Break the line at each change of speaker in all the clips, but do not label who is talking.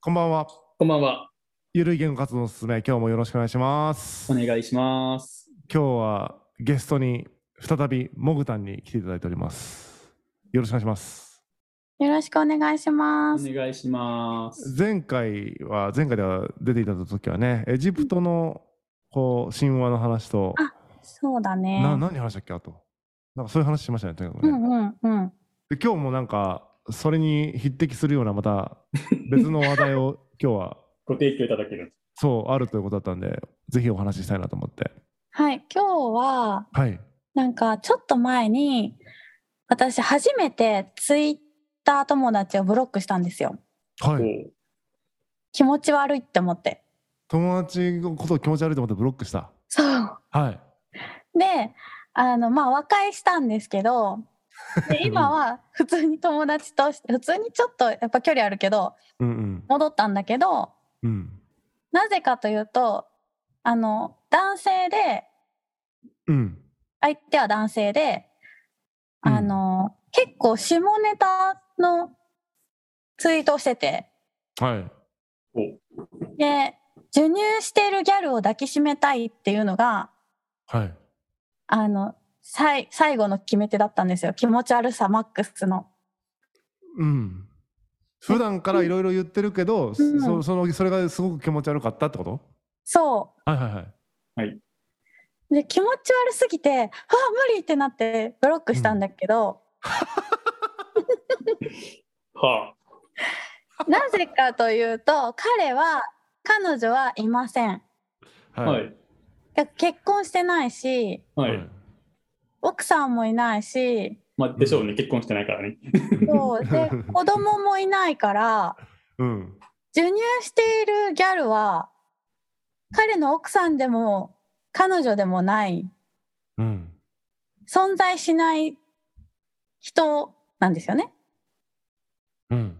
こんばんは。
こんばんは。
ゆるい言語活動のすすめ、今日もよろしくお願いします。
お
今
願いします。
日はゲストに再びモグタンに来ていただいております。よろしくお願いします。
よろしくお願いし
お
ます。
願いします。
前回は前回では出ていただいた時はね、エジプトのこう神話の話と、
あそうだね。
な何話したっけあと、なんかそういう話しましたね。とにかく
う
ね
んうんうん。
で今日もなんかそれに匹敵するようなまた別の話題を今日は
ご提供いただける。
そうあるということだったんで、ぜひお話ししたいなと思って。
はい、今日は
はい。
なんかちょっと前に私初めてツイッター友達をブロックしたんですよ。
はい。
おう
気持ち悪いって思って。
友達のことを気持ち悪いと思ってブロックした。
そう。
はい。
で、あのまあ和解したんです けど、で今は普通に友達として普通にちょっとやっぱ距離あるけど
うんうん。
戻ったんだけど、
うん。
なぜかというとあの男性で
うん。
相手は男性で、
うん
あの、結構下ネタのツイートをしてて、
はい。
おう
で、授乳してるギャルを抱きしめたいっていうのが、
はい。
あの、さい最後の決め手だったんですよ。気持ち悪さマックスの。
うん。普段からいろいろ言ってるけど、
うん
そそのそれがすごく気持ち悪かったってこと
そ
はいはいはい。
う。で、気持ち悪すぎて、あ、無理ってなってブロックしたんだけど、
は
なぜかというと、彼は、彼女はいません。
あ。
は。
はいい。
結婚してないし、
はい。
奥さんもいないし、
まあ、でしょうね。結婚してないからね。
そうで子供もいないから
うん。
授乳しているギャルは彼の奥さんでも彼女でもない
うん。
存在しない人なんですよね。
うん。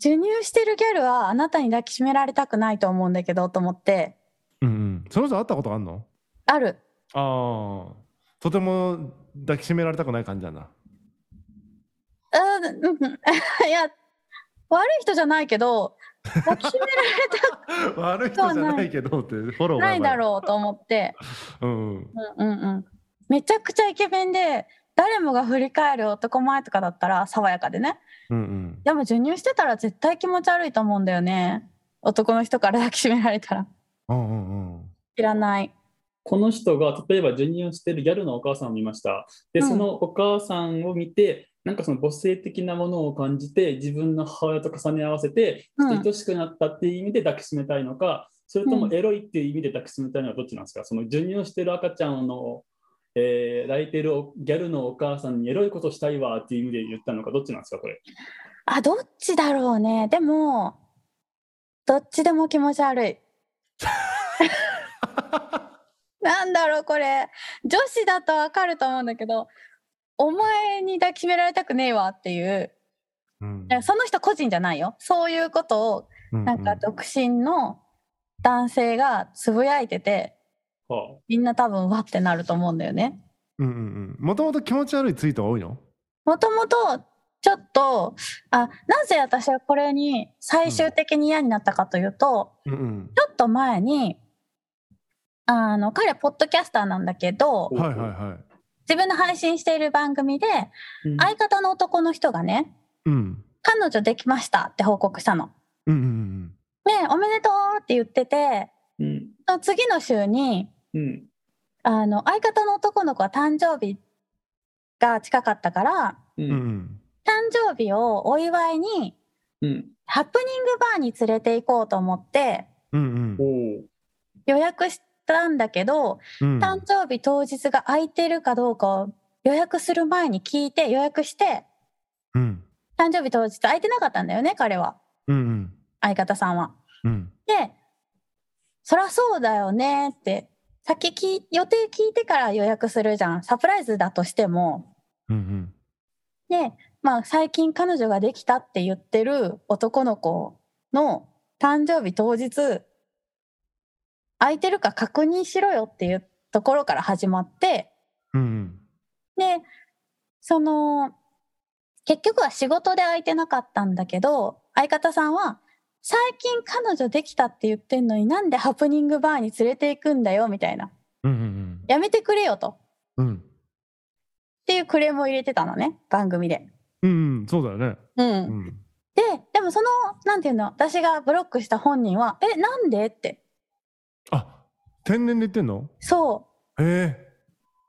授乳してるギャルはあなたに抱きしめられたくないと思うんだけどと思って
うんうん。その人会ったことあんの
ある
ああ。とても抱きしめられたくない感じなんだ。
うんうん いや悪い人じゃないけど抱きしめら
悪い人じゃないけどってフォローが
れないだろうと思って
う。うんうん。
うんうんうんめちゃくちゃイケメンで誰もが振り返る男前とかだったら爽やかでね
うんうん。
でも授乳してたら絶対気持ち悪いと思うんだよね男の人から抱きしめられたら
うんうんうん。
知らない
この人が、例えば、授乳してるギャルのお母さんを見ました。で、
うん
そのお母さんを見て、なんかその母性的なものを感じて、自分の母親と重ね合わせて、ちょっ
うん
と愛しくなったっていう意味で抱きしめたいのか、それともエロいっていう意味で抱きしめたいのはどっちなんですかその授乳してる赤ちゃんの、えー抱いてるおギャルのお母さんにエロいことしたいわっていう意味で言ったのか、どっちなんですかこれ。
あどっちだろうねでもどっちでも気持ち悪いなんだろうこれ女子だとわかると思うんだけどお前に抱きしめられたくねえわっていう
うん
いやその人個人じゃないよそういうことをなんか独身の男性がつぶやいてて
はあ、
みんな多分わってなると思うんだよね
うんうんうん。もともと気持ち悪いツイートが多いの
もともとちょっとあなぜ私はこれに最終的に嫌になったかというと、
うんうん。
ちょっと前にあの彼ポッドキャスターなんだけど
はいはいはい。
自分の配信している番組で
うん
相方の男の人がね
うん。
彼女できましたって報告したの。
うんうん
でおめでとうって言ってて
うん
その次の週に
うん
あの相方の男の子は誕生日が近かったから
う
うんうんん。
誕生日をお祝いに
うん
ハプニングバーに連れて行こうと思って
うん
おお
予約したんだけど、
うん。
誕生日当日が空いてるかどうかを予約する前に聞いて予約して、
うん
誕生日当日空いてなかったんだよね、彼は。
うんうん
相方さんは。
うん
で、そらそうだよねって、先き予定聞いてから予約するじゃん。サプライズだとしても。
うん
で、まあ最近彼女ができたって言ってる男の子の誕生日当日、空いてるか確認しろよっていうところから始まって、
うんうん
で、その、結局は仕事で空いてなかったんだけど、相方さんは最近彼女できたって言ってんのになんでハプニングバーに連れて行くんだよみたいな
うんうん
やめてくれよとっ
うん
ていうクレームを入れてたのね番組で。
うんうんそうだよね
うん
うん
ででもそのなんていうの私がブロックした本人は「えなんで?」って
あ天然で言ってんの
そう
へえ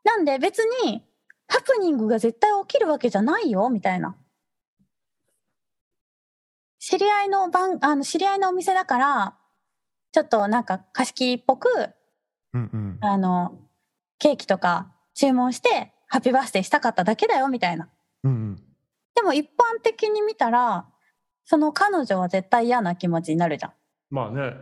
なんで別にハプニングが絶対起きるわけじゃないよみたいな。知り合いの番あの知り合いのお店だからちょっとなんか貸し切りっぽく
うんうん
あのケーキとか注文してハッピーバースデーしたかっただけだよみたいな。
うんうん
でも一般的に見たらその彼女は絶対嫌な気持ちになるじゃん。
まあね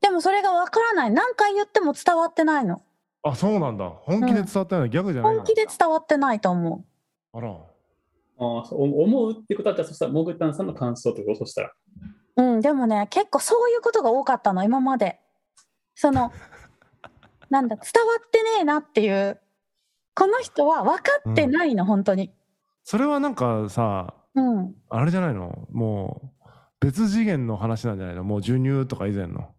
でもそれがわからない何回言っても伝わってないの
あそうなんだ本気で伝わったようなギャグじゃない
本
の
気で伝わってないと思
あら
あーそう思うってことだったら、そしたら、モグタンさんの感想とか、そしたら。
ううんでもね結構そういうことが多かったの今まで そのなんだ伝わってねえなっていうこの人は分かってないの、本当に
それはなんかさ
うん
あれじゃないのもう別次元の話なんじゃないのもう授乳とか以前の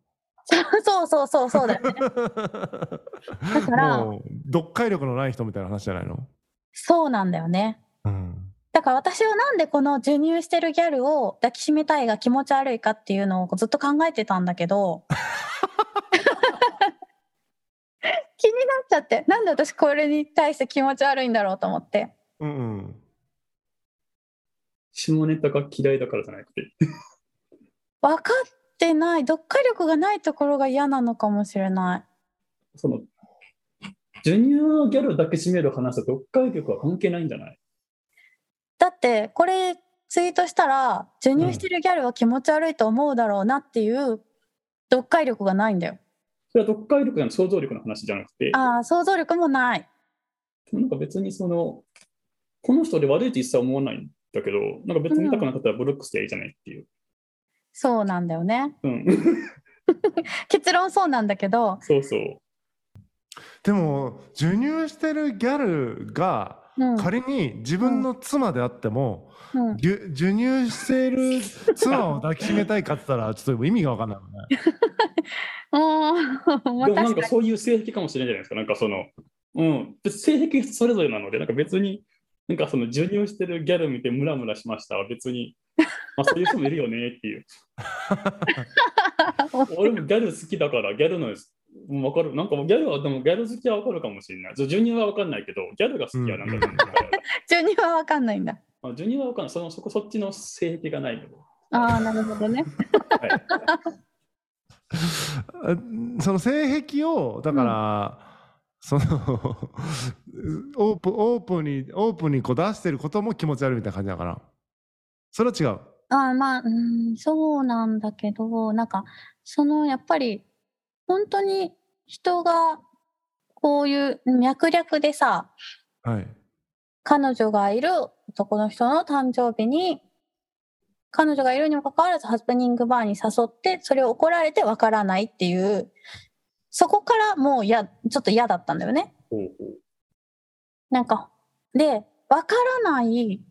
そうそうそうそうだよねだか ら
もう読解力のない人みたいな話じゃないの
そうなんだよね
うん
だから私はなんでこの授乳してるギャルを抱きしめたいが気持ち悪いかっていうのをずっと考えてたんだけど気になっちゃってなんで私これに対して気持ち悪いんだろうと思って
うんうん
下ネタが嫌いだからじゃなくて。
分かってない読解力がないところが嫌なのかもしれない
その、授乳のギャルを抱きしめる話と読解力は関係ないんじゃない
だってこれツイートしたら授乳してるギャルは気持ち悪いと思うだろうなっていう読解力がないんだよ
それは読解力や想像力の話じゃなくて、
ああ想像力もない
なんか別にその、この人で悪いと一切思わないんだけど、なんか別に痛くなかったらブロックしていいじゃないっていう。
そうなんだよね
うん。
結論そうなんだけど
そうそう。
でも授乳してるギャルが
うん
仮に自分の妻であっても、
うん
ぎゅ授乳してる妻を抱きしめたいかって言った らちょっと意味が分かんないもんね。
うん、 まあ
でもなん
確
か
かに。
そういう性癖かもしれないじゃないですか、なんかその、うん、別性癖それぞれなので、なんか別に、なんかその授乳してるギャル見てムラムラしましたは別に、まあそういう人もいるよねって いう。俺もギャル好きだから、ギャルの、うんわかる、なんかもうギャルは、でもギャル好きはわかるかもしれない。そう授乳はわかんないけど、ギャルが好きはなんか、
うん
なんか
授乳はわかんないんだ。
まあ授乳はわかんない、そのそこそっちの性癖がないので。
ああ、なるほどね。
はい
あその性癖をだから、その オープンオープンにオープンにこう出してることも気持ち悪いみたいな感じだからそれは違う。
あーまあ、うん、そうなんだけど、なんか、その、やっぱり、本当に人が、こういう脈略でさ、
はい、
彼女がいる男の人の誕生日に、彼女がいるにもかかわらずハプニングバーに誘って、それを怒られてわからないっていう、そこからもうや、ちょっと嫌だったんだよね。
ほうほう
なんか、で、わからない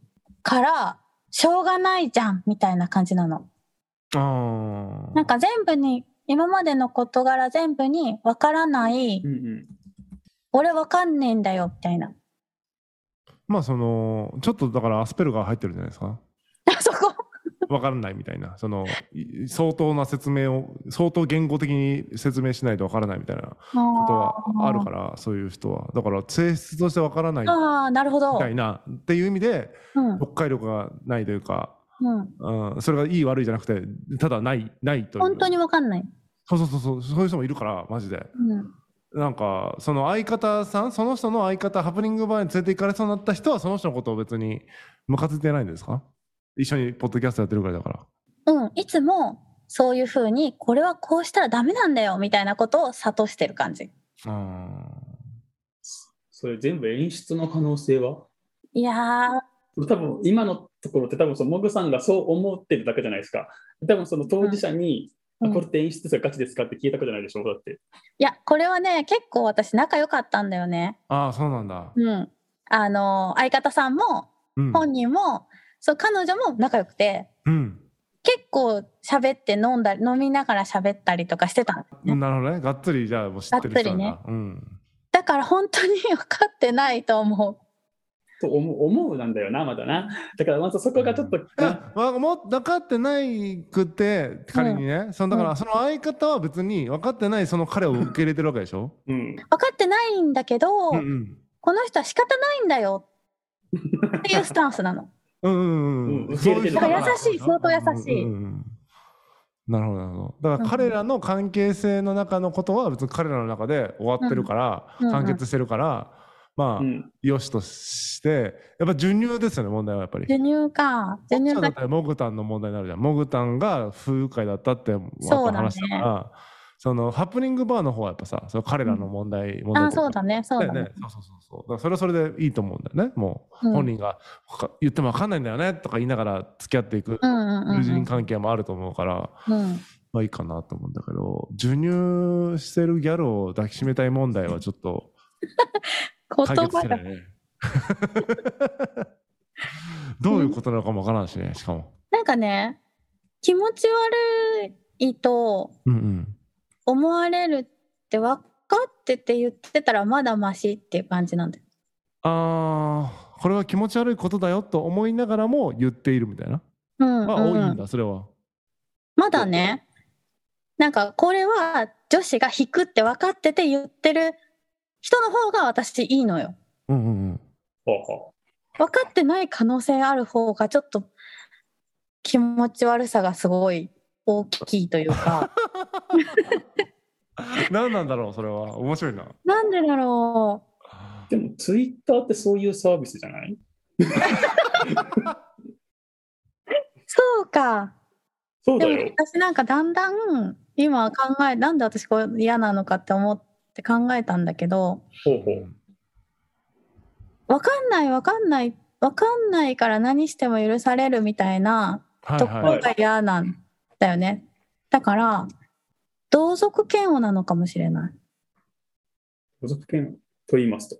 から、しょうがないじゃん、みたいな感じなの。
あー
なんか全部に、今までの事柄全部に、わからない、
うんうん
俺わかんねえんだよ、みたいな。
まあそのちょっとだからアスペルガー入ってるじゃないですか。
そこ。
分からないみたいなそのい相当な説明を相当言語的に説明しないと分からないみたいなことはあるからそういう人はだから性質として分からないみ
ああ、なるほど。
たいなっていう意味で
うん。
読解力がないというか、
うん。
うん、それがいい悪いじゃなくてただないないという
本当にわかんない。
そうそうそうそうそういう人もいるからマジで
うん。
なんかその相方さんその人の相方ハプニングバーに連れて行かれそうになった人はその人のことを別にムカついてないんですか一緒にポッドキャストやってるからいだから
うん。いつも、そういうふうに、これはこうしたらダメなんだよ、みたいなことを諭してる感じ。
うん
それ全部演出の可能性はい
やー、
多分今のところって多分そのモグさんがそう思ってるだけじゃないですか。多分その当事者に、
うん
あこれって演出ですかガチですかって聞いたことないでしょだって。
いや、これはね、結構私仲良かったんだよね。
ああそうなんだ、
うん。あの、相方さんも、
うん、
本人も、そう、彼女も仲良くて、
うん
構喋って飲んだり飲みながら喋ったりとかしてたんですね、
なるほどね。がっつりじゃあもう知ってる人なんだ。
がっ
うん。
だから本当に分かってないと思
と思う思うなんだよな、まだな。だからまずそこがちょっと、
あまあ、もう分かってないくて仮にね、そのだか
う
らその相方は別に分かってないその彼を受け入れてるわけでしょ、
うん、
う分かってないんだけど、
うん、うん
この人は仕方ないんだよっていうスタンス なの
うんうん
う
うんん。
受け入れてるだから
優しい相当優しい
うんうんうんなるほど、なるほど。だから彼らの関係性の中のことは別に彼らの中で終わってるから、
うんうん
完結してるから、まあ、
うん、
よしとして、やっぱ授乳ですよね、問題はやっぱり。
授乳か授乳
そうだっ
だ
たらモグタンの問題になるじゃん。モグタンが不愉快だったって
そうだね
話したから、そのハプニングバーの方はやっぱさ、その彼らの問題、問題
あそうだねそうだ
よ
ね
ね。そうそうそうそう。だからそれはそれでいいと思うんだよね。もう、
うん
本人がか言ってもわかんないんだよねとか言いながら付き合っていく
うんうんうん
友人関係もあると思うから、
うん
まあいいかなと思うんだけど、授乳してるギャルを抱きしめたい問題はちょっと
言
解決し
葉
てな
が
い ね。どういうことなのかもわからんしね、しかも。
なんかね気持ち悪いと
うんうん。
思われるって分かってて言ってたらまだマシっていう感じなんだよ
ああ、これは気持ち悪いことだよと思いながらも言っているみたいな。
うん、
まあ、多
うん
いんだ、それは。
まだねなんかこれは女子が引くって分かってて言ってる人の方が私いいのよ
うんうんうん。
ほうほ
分かってない可能性ある方がちょっと気持ち悪さがすごい大きいというか
何なんだろう、それは。面白いな。
なんでだろ
うでも、ツイッターってそういうサービスじゃないう
そうか
そう
で
だ
も
よ。
私なんかだんだん今考えなんで私こう嫌なのかって思って考えたんだけど
ほうほう。
分かんない分かんない分かんないから何しても許されるみたいな
はい
とこ
は
ろ
い。
が嫌なんだよね、だから同族嫌悪なのかもしれない
所属権と言います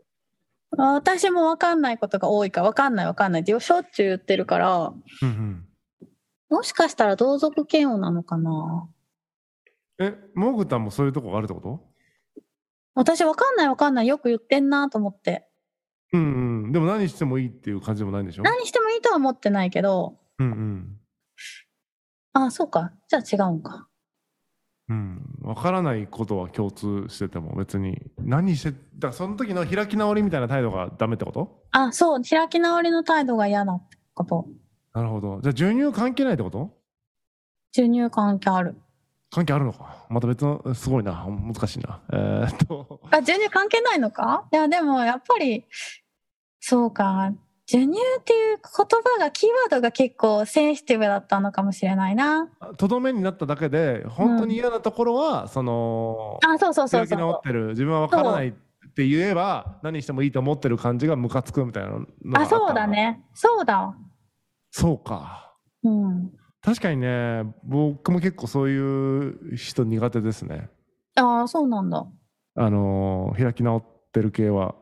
と。
私も分かんないことが多いから分かんない分かんないってしょっちゅう言ってるから
うんうん
もしかしたら同族嫌悪なのかな
え、モグタンもそういうとこがあるってこと
私分かんない分かんないよく言ってんなと思って
うんうん。でも何してもいいっていう感じでもないんでしょ
何してもいいとは思ってないけど
うんうん。
あそうかじゃあ違うんか
うん、わからないことは共通してても別に何してだからその時の開き直りみたいな態度がダメってこと
あそう開き直りの態度が嫌なこと
なるほどじゃあ授乳関係ないってこと
授乳関係ある
関係あるのかまた別のすごいな難しいなえーっと
あ授乳関係ないのかいやでもやっぱりそうか授乳っていう言葉がキーワードが結構センシティブだったのかもしれないな
とどめになっただけで本当に嫌なところは、その
あそうそうそ
開
う
き
そう
直ってる自分は分からないって言えば何してもいいと思ってる感じがムカつくみたいなのがあ
あ
ったの
そうだねそうだわ
そうか
うん
確かにね僕も結構そういう人苦手ですね
ああそうなんだ
あのー開き直ってる系は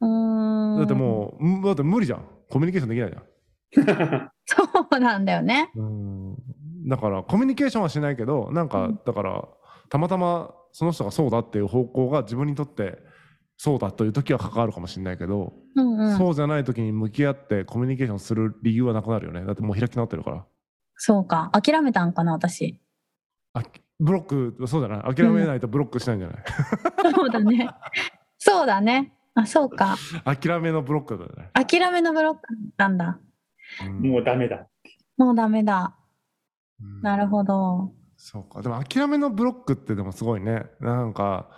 うーん
だってもう、だって無理じゃんコミュニケーションできないじゃん
そうなんだよね
だからコミュニケーションはしないけどなんか、
うん
だからたまたまその人がそうだっていう方向が自分にとってそうだという時は関わるかもしれないけど、
うんうんそう
そうじゃない時に向き合ってコミュニケーションする理由はなくなるよねだってもう開き直ってるから
か諦めたんかな私
あブロックそうじゃない諦めないとブロックしないんじゃない、
そうだねそうだねあそうか
諦めのブロックだよね、
諦めのブロックなんだ
うん
もうダメ だ。
もうダメだ
うん
なるほど
そうかでも諦めのブロックってでもすごいねなんか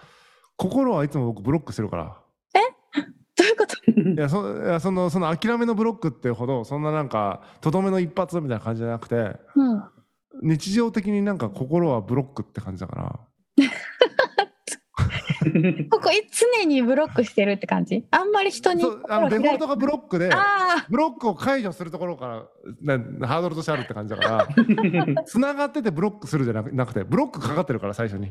心はいつも僕ブロックしてるから
どういうこと
いやそいやそのその諦めのブロックってほどそんななんかとどめの一発みたいな感じじゃなくて
うん
日常的になんか心はブロックって感じだから
ここい常にブロックしてるって感じあんまり人に
そうあのデフォルトがブロックで
あ
ブロックを解除するところからなハードルとしてあるって感じだから つながっててブロックするじゃなくなくてブロックかかってるから最初に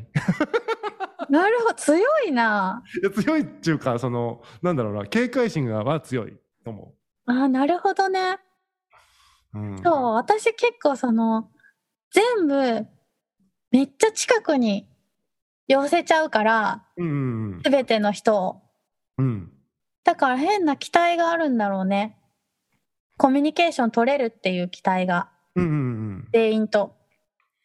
い
あなるほど強いな
や強いっていうかそのなんだろうな警戒心がは強いと思
あーなるほどね
う。うん
そう私結構その全部めっちゃ近くに寄せちゃうから
うんうん
全ての人を
うんうん
だから変な期待があるんだろうねコミュニケーション取れるっていう期待が
うんうんうん
全員と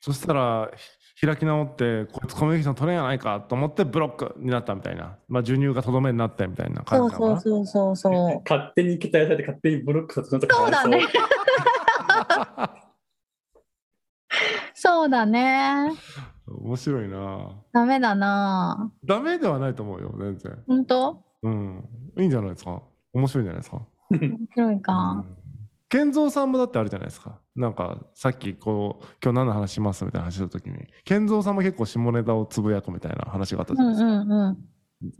そしたらひ開き直ってこいつコミュニケーション取れんやないかと思ってブロックになったみたいなまあ授乳がとどめになったみたいな
そ
感
う
じなのか
そう
な
そうそうそう
勝手に期待されて勝手にブロックさせた
そうだね そうだね
面白いな
ダメだな
ダメではないと思うよ全然
本当
うんいいんじゃないですか面白いんじゃないですか
面白いか、
うん健三さんもだってあるじゃないですかなんかさっきこう今日何の話しますみたいな話した時に健三さんも結構下ネタをつぶやくみたいな話があった
う
じゃな
ん
いです
う
か、
んうん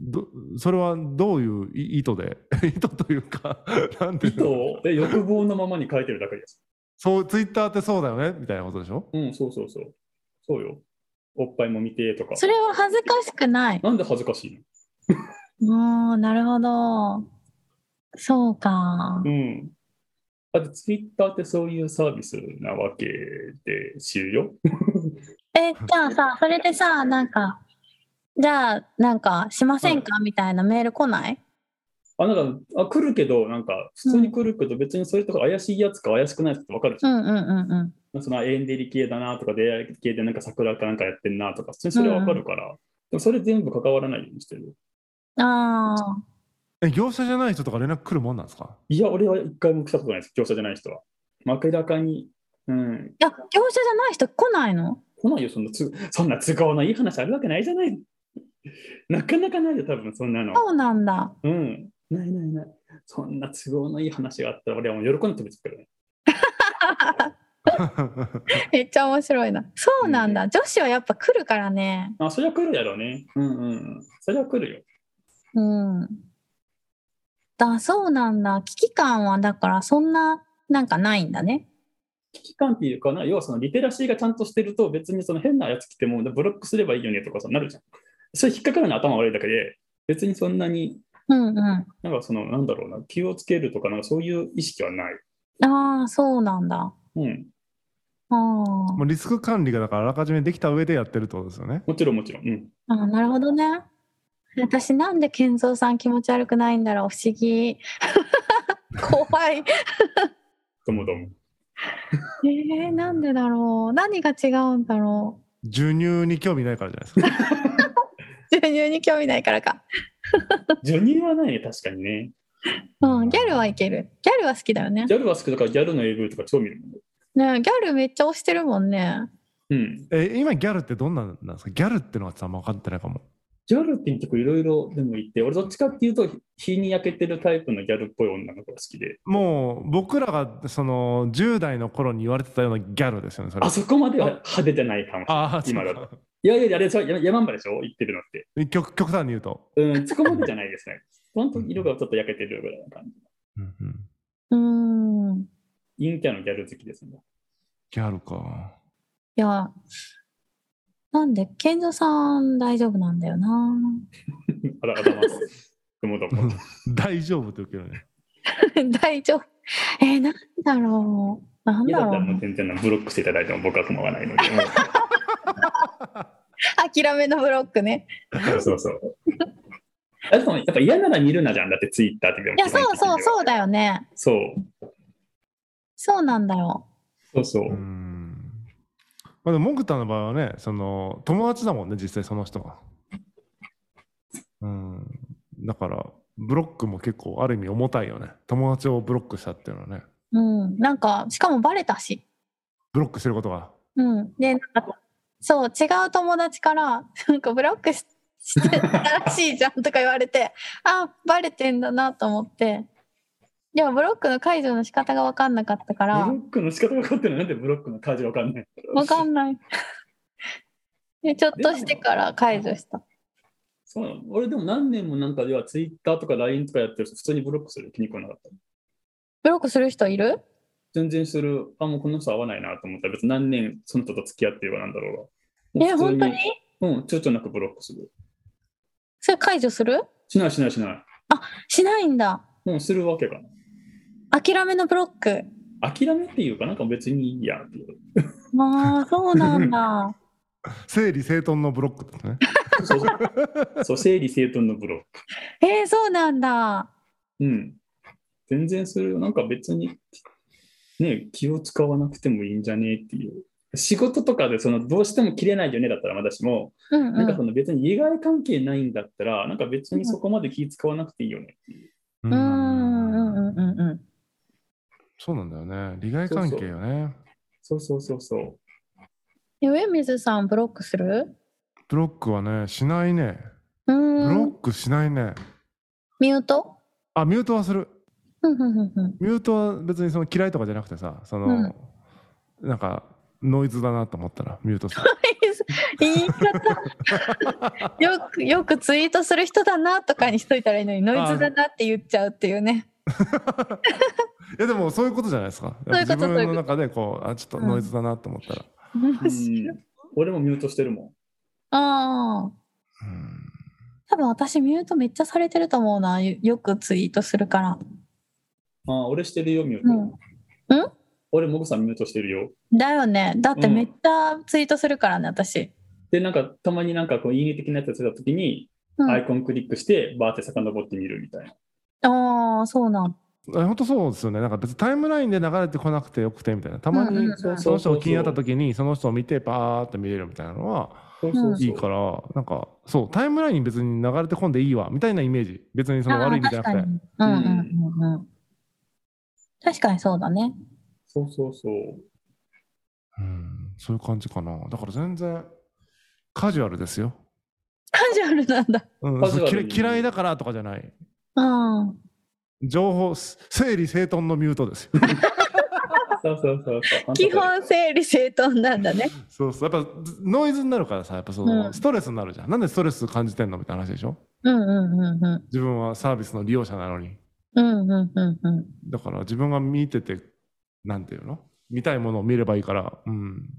どそれはどういうい意図で 意図というかなんて
意
いう
図
の
をえ欲望のままに書いてるだけです。
そうツイッターってそうだよねみたいなことでしょ
うん、そうそうそう。そうよ。おっぱいも見てとか。
それは恥ずかしくない
なんで恥ずかしい
もうなるほどそうか
のうん。だってツイッターってそういうサービスなわけで終了
えじゃあさそれでさなんかじゃあなんかしませんかみたいなメール来ない
あ、なんか、あ、来るけど、なんか、普通に来るけど、別にそういうとこ怪しいやつか怪しくないやつってわかるじ
う
ゃん。
んうんうんうん
そのエンデリ系だなとか、出会い系でなんか桜かなんかやってんなとか、普通にそれはわかるから、でもそれ全部関わらないようにしてる。
ああ、
え業者じゃない人とか連絡来るもんなんです か
いや、俺は一回も来たことないです。業者じゃない人は。明らかに。うん。
いや、業者じゃない人来ないの
来ないよ、そんなつ、そんな都合のいい話あるわけないじゃない。なかなかないよ、多分そんなの。
そうなんだ。
うん。ないないない。そんな都合のいい話があったら、俺はもう喜んで飛びつくけどね。
めっちゃ面白いな。そうなんだ。女子はやっぱ来るからね。
あ、そりゃ来るやろうね。うんうんうん。そりゃ来るよ。
うん。だ、そうなんだ。危機感は、だからそんな、なんかないんだね。
危機感っていうかな、要はそのリテラシーがちゃんとしてると、別にその変なやつ来ても、ブロックすればいいよねとかさ、なるじゃん。それ引っかかるの頭悪いだけで、別にそんなに、
うんう
なんかその、なんだろうな、気をつけるとか、なんかそういう意識はない。
ん。ああ、そうなんだ。
うん。
あー
もうリスク管理がだからあらかじめできた上でやってるってことですよね
もちろんもちろん。うん。
あー、なるほどね。私なんで健三さん気持ち悪くないんだろう不思議 怖い
どうもどうも。
えー、なんでだろう何が違うんだろう
授乳に興味ないからじゃないですか
授乳に興味ないからか。
授乳はないね、確かにね。
うん、ギャルはいける。ギャルは好きだよね。
ギャルは好きだからギャルの AV とか超見るもんね。
ねギャルめっちゃ推してるもんね。
うん。
え今ギャルってどんなんなんですかギャルってのはあんま分かってないかも
ギャルって結構いろいろでも言って、俺どっちかっていうと、日に焼けてるタイプのギャルっぽい女の子が好きで。
もう僕らがその10代の頃に言われてたようなギャルですよねそれ
あそこまでは派手じゃないかもしれない。
ああ
今だ
そうか
いやいやいや、あれそれ山山んばでしょ言ってるのって。
極極端に言うと、
うん、そこまでじゃないですね。本当色がちょっと焼けてるぐらいな感じ。
うんうん
うーん。い
陰キャのギャル好きですね。
ギャルか
や、なんで、健三さん大丈夫なんだよな。
あら、あらます。どうもどうも。
大丈夫って受けるね
大丈夫。えー、なんだろう。なん
いや
だ
だった
ろ
らもう
う。
全然なブロックしていただいても僕は構わないので。
諦めのブロックね。
そうそうそう。あでもやっぱ嫌なら見るなじゃん。だってツイッターってでも
いや、
基本的
そう
には
そう、そうだよね。
そう。
そうなんだよ。
そうそうう。
んまあでもモグタの場合はねその友達だもんね実際その人がうんだからブロックも結構ある意味重たいよね友達をブロックしたっていうのはね
うん。なんか、しかもバレたし。
ブロックしてることが
うん。で、なんかそう、違う友達から、なんかブロックし してたらしいじゃんとか言われて、あ、バレてんだなと思って。でもブロックの解除の仕方が分かんなかったか
ブ
ら
ロ、ックの仕方が分かってるのなんでブロックの感じが分かんない。
分かん ない。で、ちょっとしてから解除した。
そうなの俺でも何年もなんかではツイッターとか LINE とかやってる人普通にブロックする気に来なかった。
ブロックする人いる
全然する。あ、もうこの人合わないなと思ったら別に何年その人と付き合ってればなんだろうが。
え、
もう普
本当
通
に
うん、躊躇なくブロックする。
それ解除する
しないしないしない。
しないんだ。
うん、するわけかな。
諦めのブロック。
諦めっていうかなんか別にいいやっていう。
ああ、そうなんだ。
整理整頓のブロックですね。
そう そうそう整理整頓のブロック。
えー、そうなんだ。
うん。全然それをなんか別に、ね、気を使わなくてもいいんじゃねえっていう。仕事とかでそのどうしても切れないよねだったらまだしも、
うん、う
なんかそ
ん。
の別に利害関係ないんだったら、なんか別にそこまで気使わなくていいよねっていう。
う
うん、うん、うん、うん、うん。
そうなんだよね。利害関係よね。
そうそうそうそう。
え上水さん、ブロックする。
ブロックはね、しないね。ブ
うー
ロ
ん。
ックしないね。
ミュート。
あ、ミュートはする。
うん、うん、う ん、うん。
ミュートは別にその嫌いとかじゃなくてさ、その、なんかノイズだなと思ったらミュー トする。
言い方よくよくツイートする人だなとかにしといたらいいのにノイズだなって言っちゃうっていうね
いやでもそういうことじゃないですか。
そうい
や
う
っ
こ
ぱ
と
自
そうい
分
うこ
の
と
中でこう、あ、ちょっとノイズだなと思ったら。
うん、俺もミュートしてるもん。
う
ああ
ん
多分私ミュートめっちゃされてると思うなよよくツイートするから
ああ、俺してるよ、ミュート。
うんん
俺、もぐさんミュートしてるよ。
だよねだって
うん
めっちゃツイートするからね私、
で、なんか、たまになんか、こう、いいね的なやつやってたときに、
うん、
ア
あ
イコンクリックして、バーって遡ってみるみたいな。
あーそうなん
あ本当そうですよね。なんか別にタイムラインで流れてこなくてよくてみたいな。たま
うん
に
うんうん
その人が気になった時にその人を見てパーッと見れるみたいなのは
そうそうそう。
いいから、なんかそう、タイムラインに別に流れてこんでいいわみたいなイメージ。別にその
あ
悪い意
ー
味じゃ
確
なく
か
て。
にうんうんうんうん確かにそうだね
そうそうそう。
うん、そういう感じかな。だから全然カジュアルですよ。
カジュアルなんだ
うん、
カジュアル
それ
に
嫌嫌いだからとかじゃない。
うん
情報、す整理整頓のミュートです よ。
そうそうそうそう。
基本整理整頓なんだね
そうそう。やっぱノイズになるからさ、やっぱその、
うん
ストレスになるじゃん。なんでストレス感じてんのみたいな話でしょ
うんうんうんうん
自分はサービスの利用者なのに。
うんうんうんうん
だから自分が見てて、なんていうの見たいものを見ればいいから。うん。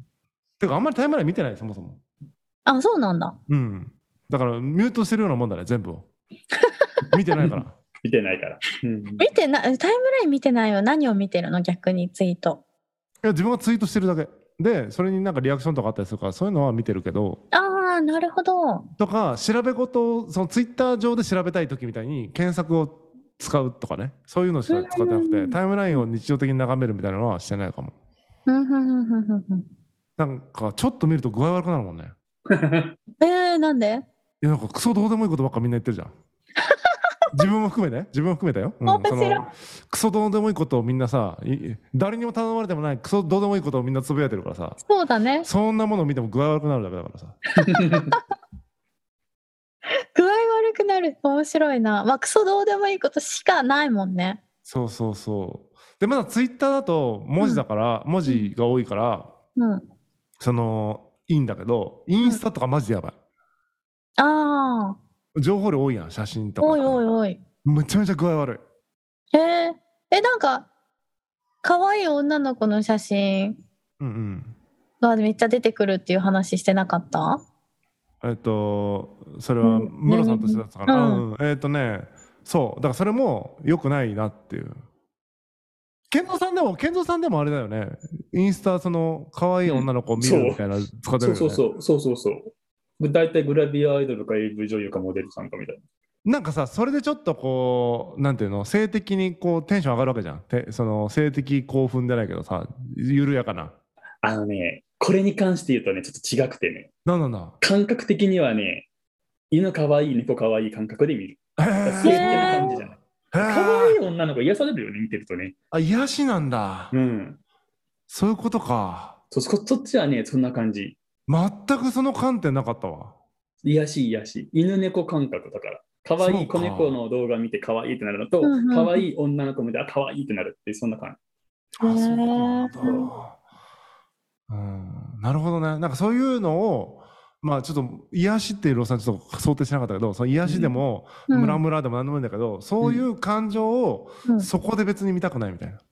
てかあんまりタイムライン見てない、そもそも。
あ、そうなんだ。
うん。だからミュートしてるようなもんだね、全部を。 見てないから。
見てないから。うん、
見てない、タイムライン見てないよ。何を見てるの逆にツイート。
いや自分がツイートしてるだけでそれになんかリアクションとかあったりするからそういうのは見てるけど
ああ、なるほど。
とか調べ事をそのツイッター上で調べたい時みたいに検索を使うとかねそういうのしか使ってなく
う
て
ん
タイムラインを日常的に眺めるみたいなのはしてないかも
うんうんうんうんうんうん
なんかちょっと見ると具合悪くなるもんね
えー、なんで、
いやなんかクソどうでもいいことばっかみんな言ってるじゃん自分も含めて自分も含めてよ、うん
面白い
そのクソどうでもいいことをみんなさい誰にも頼まれてもないクソどうでもいいことをみんなつぶやいてるからさ
そうだね。
そんなものを見ても具合悪くなるだけだからさ
具合悪くなる。面白いな。まあ、クソどうでもいいことしかないもんね。
そうそうそう。で、まだツイッターだと文字だから、文字が多いから、
うん。
その、いいんだけど、インスタとかマジでやばい。
ああ、
情報量多いやん、写真とか。
おいおいおい。
めちゃめちゃ具合悪い。
えー、え、なんか、可愛い女の子の写真
うんうん。
がめっちゃ出てくるっていう話してなかった
えっと、それは、
うん
ムロさんとしてだったかな。
う
うんん、えっとね、そう。だからそれも良くないなっていう。健三さんでも、健三さんでもあれだよね。インスタ、その、可愛い女の子を見るみたいな、使ってる
そ
よ
う
ね。
そうそう。そうそうそう。大体グラビアアイドルか AV 女優かモデルさんかみたいな。
なんかさそれでちょっとこうなんていうの性的にこうテンション上がるわけじゃんてその性的興奮じゃないけどさ緩やかな
あのね、これに関して言うとね、ちょっと違くてね、
なんなんだ
感覚的にはね、犬かわいい、猫かわいい感覚で見る。
へ
だから
ー
性的な感じじゃな
へ
い。か
ー
わいい女の子癒されるよね、見てるとね。
あ癒しなんだ、
うん。
そういうことか
そそそっちはね、そんな感じ。
全くその観点なかったわ
癒やしい癒やしい。犬猫感覚だから。可愛い子
そうか
猫の動画見て可愛いってなるのと
うんうんうん、
可愛い女の子見て、あ、可愛いってなるって、そんな感
あ
へー
そうなんだうんなるほどねなんかそういうのをまあちょっと癒しっていうロさんちょっと想定しなかったけどその癒しでも、
うん
ムラムラでも何でもいいんだけどそういう感情を
うん
そこで別に見たくないみたいな。
じ。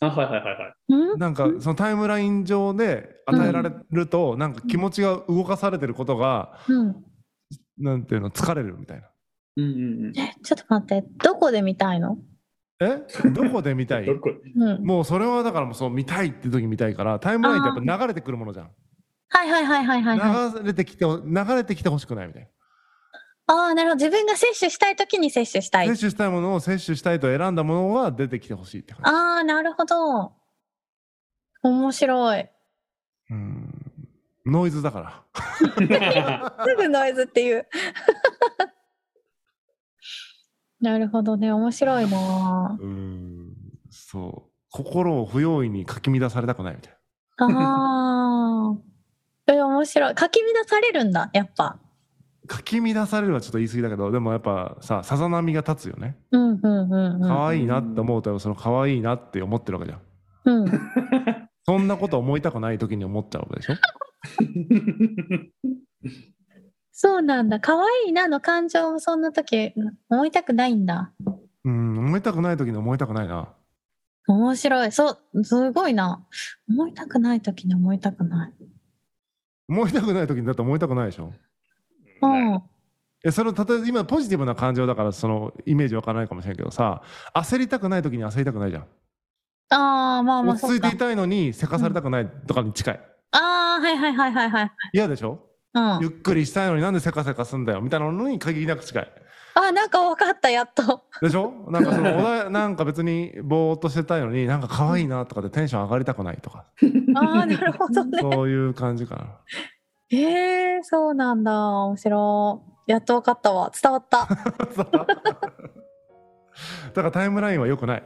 あ、はいはいはいはい。
うん
なんかそのタイムライン上で与えられると、なんか気持ちが動かされてることが、
うん。
なんていうの疲れるみたいな
うんうんうん。
え、ちょっと待って。どこで見たいの
えどこで見たい
ど こ
うん。
もうそれはだからもうそう見たいって時見たいからタイムラインってやっぱ流れてくるものじゃん
はいはいはいはいはい、はい。あ
流れてきて流れてきてほしくないみたい
あー、なるほど。自分が摂取したい時に摂取した。
ない摂取したいものを摂取したいと選んだものが出てきてほしいって感
ああ、なるほど。面白い。
じうんノイズだから
すぐノイズっていう。なるほどね。面白いな
うんそう心を不用意にかき乱されたくないみたい
あ。ああ。え、面白い。かき乱されるんだ、やっぱ。
なかき乱されるはちょっと言い過ぎだけどでもやっぱささざ波が立つよね
うんうんうんうん。
可愛いなって思うとその可愛いなって思ってるわけじゃん
うん。
そんなこと思いたくない時に思っちゃうわけでしょ
そうなんだ。可愛いなの感情をそんな時思いたくないんだ。
うん思いたくない時に思いたくないな
面白い。そう、すごいな。思いたくない時に思いたくない。
思いたくない時にだって思いたくないでしょ
うん。
えそれを例えば今ポジティブな感情だからそのイメージわからないかもしれんけどさ焦りたくない時に焦りたくないじゃん、
ああ、まあまあ、
落
そ
ち着
っ
いて
か
い。たいのにせかされたくないとかに近い
ああ、はいはいはいはいはい。
嫌でしょ
うん。
ゆっくりしたいのになんでせかせかすんだよみたいなのに限りなく近い
あ、なんか分かった、やっと。
でしょなんかそのお だなんか別にぼーっとしてたいのになんか可愛いなとかでテンション上がりたくないとか
ああ、なるほどね。
そういう感じかな
ええー、そうなんだ。面白 い。やっと分かったわ。伝わった。
だからタイムラインは良くない。